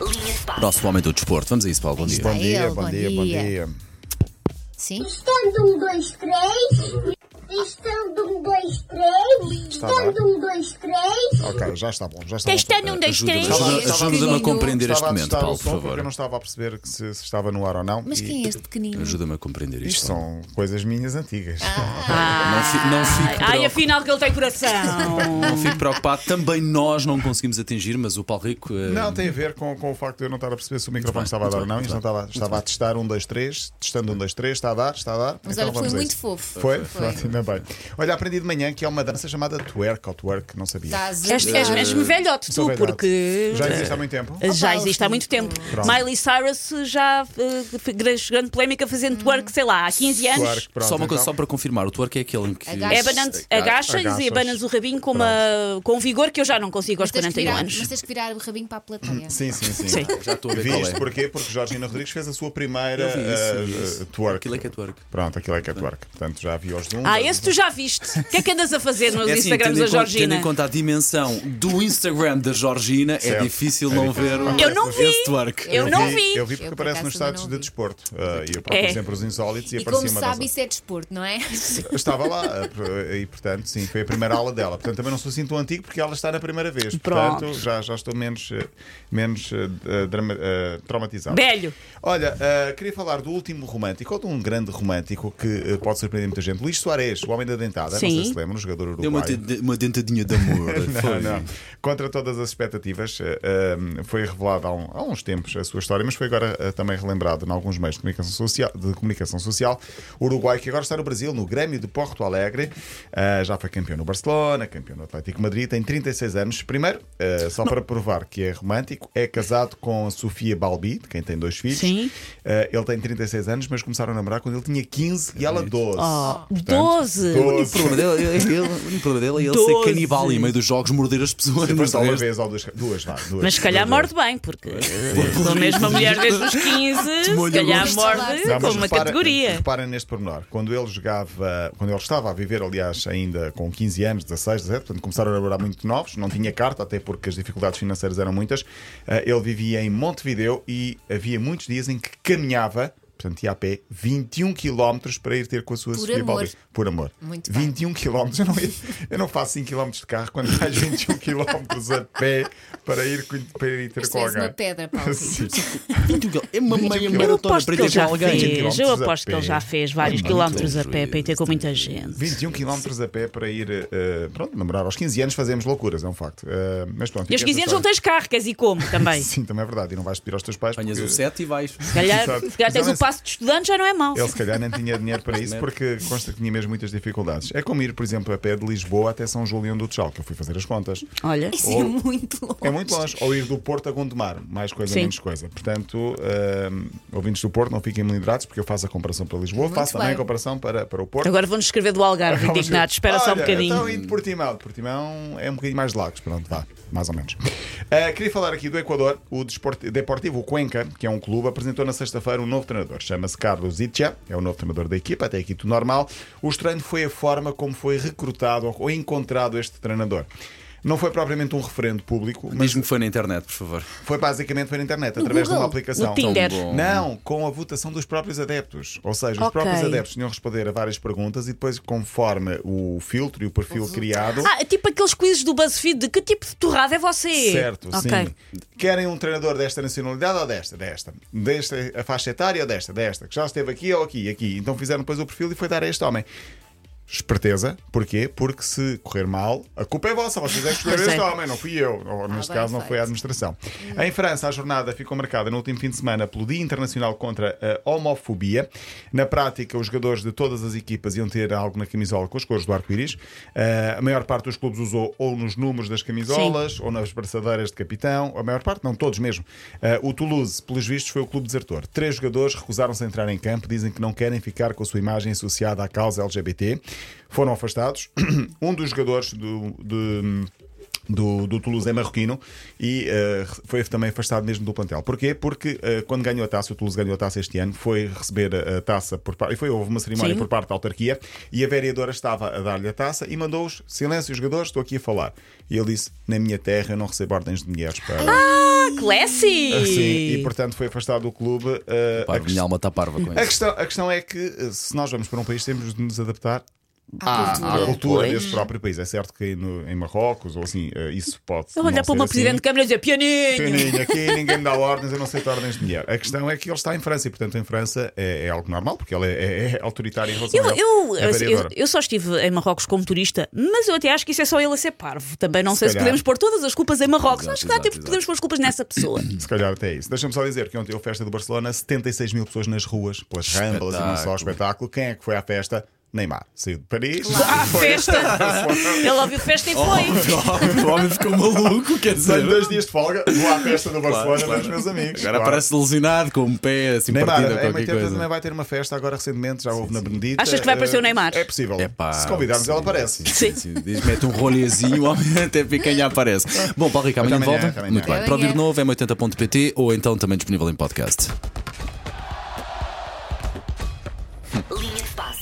Linha de passe. Nosso homem do desporto. Vamos a isso, Paulo. Bom dia. Bom dia, ele, bom bom dia, bom dia. dia. Sim? Estando um, dois, três. Estando um, dois, três. Estando um, dois, três. Ok, já está bom, já está Testando bom. Ah, um, dois, três. Ajuda-me- Este Ajuda-me a pequenino. compreender este Estava a momento, testar o Paulo, por som porque eu não favor. estava a perceber que se, se estava no ar ou não. Mas E quem é este pequenino? Ah, Ajuda-me a compreender Isto isto. são coisas minhas antigas. Não, fi, não, fico Ai, preocup- afinal que ele tem coração. não fico preocupado. Também nós não conseguimos atingir, mas o Paulo Rico. eh, Não, tem a ver com, com o facto de eu não estar a perceber se o microfone bem, estava a muito dar ou bem, não. Isto não muito estava, estava a testar um, dois, três, testando um, dois, três, está a dar, está a dar. Mas então olha, foi vamos a muito isso. fofo. Foi? Pronto, ainda bem. Olha, aprendi de manhã que há uma dança chamada twerk ou twerk, não sabia. Estás a És- És gozar. és-me velhote Sou é tu, velhote. porque. Já existe há muito tempo. Já Opa, existe há muito tempo. Pronto. Miley Cyrus já eh, fez grande polémica fazendo Hum. twerk, sei lá, há 15 anos. Twerk, pronto, só uma coisa, então. só para confirmar, o twerk é aquele em que. Agacha- É abanante, Ah, agachas agachas. e abanas o rabinho com, uma, com um vigor que eu já não consigo aos Mas tens que 41 virar- anos. Mas tens que virar o rabinho para a plateia. Sim, sim, sim. Sim. Já estou a ver Vi qual isto é. porquê? Porque Jorgina Rodrigues fez a sua primeira Eu vi isso, eu vi eh, isso. eh, twerk. Aquilo é que é twerk. Pronto, aquilo é que é twerk. Portanto, já vi aos de um. Ah, esse tu já viste. O que é que andas a fazer nos É assim, Instagrams tendo da em con- Tendo em Georgina? conta a dimensão do Instagram da Georgina, é Certo. difícil É não difícil. ver o- Eu não vi. esse twerk. Eu não vi. Eu vi porque Eu, por aparece nos acaso, também estados não de vi. desporto. Eh, e eu procuro É. sempre os insólitos e, E como aparecia uma sabe, dança. isso é desporto, não é? Estava lá eh, e, portanto, sim, foi a primeira aula dela. Portanto, também não sou assim tão antigo porque ela está na primeira vez. Portanto, Pronto. já, já estou menos, eh, menos eh, eh, drama- eh, traumatizado. Velho. Olha, eh, queria falar do último romântico, ou de um grande romântico que eh, pode surpreender muita gente. Luís Soares, o homem da dentada, não Sim. sei se lembra, um jogador uruguaio. Deu uma, dent- uma dentadinha de amor. Não, foi. não. Contra todas as expectativas, eh, eh, foi revelada há, um- há uns tempos a sua história, mas foi agora eh, também relembrado em alguns meios de comunicação social. De comunicação social. O Uruguai, que agora está no Brasil, no Grêmio de Porto Alegre, eh, já foi campeão no Barcelona, campeão no Atlético de Madrid, tem 36 anos. Primeiro, eh, só para provar que é romântico, é casado com a Sofia Balbi, de quem tem dois filhos. Sim. Eh, ele tem 36 anos, mas começaram a namorar quando ele tinha 15 e ela 12. Oh, Portanto, 12. O 12. problema dele é ele, o problema dele é ele Doze. ser canibal e meio dos jogos morder as pessoas. Depois, nos talvez, dedos. vez ou duas, duas, vá, duas. Mas se calhar é. Duas, morde bem, porque a um mesma mulher desde os 15, se Molha calhar gosto. morde Não, mas como uma repara- categoria. Reparem neste pormenor. Quando ele jogava, quando ele estava a viver, aliás, ainda com 15 anos, 16, 17, portanto começaram a namorar muito novos, não tinha carta, até porque as dificuldades financeiras eram muitas. eh, Ele vivia em Montevideo e havia muitos dias em que caminhava. Portanto, ia a pé 21 km para ir ter com a sua Por Sofia amor. Balbi. Por amor. Muito bem. 21 km. Eu não, eu não faço 5 km de carro quando faz 21 km um a pé para ir, com- para ir ter Mas tu com és alguém. é uma pedra, Paulo. Sim. 21 quiló- É uma meia um Eu maratona aposto para que ele ir ter já com alguém. fez, eu Quilómetros a aposto que ele pé. já fez vários É quilómetros a muito pé para ir ter com muita gente. 21 km um a pé para ir, eh, pronto, namorar aos 15 anos fazemos loucuras, é um facto. Eh, mas pronto. E aos 15 anos não tens carro, queres ir como também? Se Sim, também é verdade. E não vais pedir aos teus pais. Apanhas porque o 7 e vais. calhar, Exato. se calhar tens Não, o passo de estudante, já não é mau. Ele se calhar nem tinha dinheiro para isso porque consta que tinha mesmo muitas dificuldades. É como ir, por exemplo, a pé de Lisboa até São Julião do Tchal, que eu fui fazer as contas. Olha, Isso é muito louco. É muito longe. Ou ir do Porto a Gondomar, mais coisa, Sim. menos coisa. Portanto, hum, ouvintes do Porto, não fiquem melindrados porque eu faço a comparação para Lisboa, Muito faço também bem. a comparação para, para o Porto. agora vão-nos escrever do Algarve, Vamos ver. indignados, espera só um Olha, bocadinho. Então, e de Portimão? De Portimão é um bocadinho mais de lagos, pronto, vá, mais ou menos. Ah, queria falar aqui do Equador. O Desporti- Deportivo Cuenca, que é um clube, apresentou na sexta-feira um novo treinador. Chama-se Carlos Itcha, é o novo treinador da equipa, até aqui tudo normal. O estranho foi a forma como foi recrutado ou encontrado este treinador. Não foi propriamente um referendo público, mas Diz-me que foi na internet, por favor. foi basicamente pela internet, através de uma Google? aplicação. No Tinder. Tão bom. Não, com a votação dos próprios adeptos. Ou seja, os Ok. próprios adeptos tinham de responder a várias perguntas e depois, conforme o filtro e o perfil criado. Ah, tipo aqueles quizzes do BuzzFeed de que tipo de torrada é você? Certo, Ok. sim. Querem um treinador desta nacionalidade ou desta? Desta. Desta a faixa etária ou desta? Desta. Que já esteve aqui ou aqui? Aqui. Então fizeram depois o perfil e foi dar a este homem. Esperteza. Porquê? Porque se correr mal, a culpa é vossa. Vocês é que escolheram Pois é. Tá este homem, não fui eu. Ou, neste bem caso, não feito. foi a administração. Em França, a jornada ficou marcada no último fim de semana pelo Dia Internacional contra a Homofobia. Na prática, os jogadores de todas as equipas iam ter algo na camisola com as cores do arco-íris. Eh, a maior parte dos clubes usou ou nos números das camisolas ou nas braçadeiras de capitão. A maior parte, não todos mesmo. Eh, o Toulouse, pelos vistos, foi o clube desertor. Três jogadores recusaram-se a entrar em campo, dizem que não querem ficar com a sua imagem associada à causa LGBT. Foram afastados. um dos jogadores do. de- do, do Toulouse é marroquino e eh, foi também afastado mesmo do plantel. Porquê? Porque eh, quando ganhou a taça, o Toulouse ganhou a taça este ano, foi receber a, a taça por parte, e foi, houve uma cerimónia Sim. por parte da autarquia e a vereadora estava a dar-lhe a taça e mandou-os, silêncio, os jogadores, estou aqui a falar. E ele disse: Na minha terra eu não recebo ordens de mulheres para. Ah, classy! Assim, e portanto foi afastado do clube. eh, a, Pá, quest- minha alma está parva com a isso. questão, a questão é que eh, se nós vamos para um país, temos de nos adaptar À à cultura. cultura pois. desse próprio país. É certo que no- em Marrocos ou assim, eh, isso pode. Eu Então, olhar não para uma ser presidente assim. de câmara e dizer pianinho! Pequenininho, aqui ninguém me dá ordens, eu não aceito ordens de mulher. A questão é que ele está em França e, portanto, em França é, é algo normal, porque ele é, é- é autoritário em relação Eu, a ele. eu, assim, É eu, vereadora. eu só estive em Marrocos como turista, mas eu até acho que isso é só ele a ser parvo. Também não sei se calhar. podemos pôr todas as culpas em Marrocos. Exato, acho que dá exato, tempo, podemos pôr as culpas nessa pessoa. Se calhar até é isso. Deixa-me só dizer que ontem houve festa do Barcelona, 76 mil pessoas nas ruas, pelas ramblas e não só, Espetáculo. espetáculo. Quem é que foi à festa? Neymar. Saiu de Paris. Ah, festa! Ele ouviu festa e Oh. foi. O homem ficou maluco, quer Tenho dizer. dois dias de folga, vou à festa do Barcelona, Claro, vai com os meus amigos. Agora Claro. parece lesionado com um pé assim Neymar, partido ou a qualquer M80 também coisa. vai ter uma festa agora recentemente, já houve na Benedita. Achas que vai aparecer o Eh, Neymar? É possível. Epá, Se convidarmos, sim, ela aparece. Sim. Sim, diz, mete um rolhezinho, o homem até picanha aparece. Bom, Paulo Rico, amanhã Até amanhã, volta. até amanhã. Muito bem. Até Para ouvir de amanhã. novo, m80.pt ou então também disponível em podcast. Linha de passe.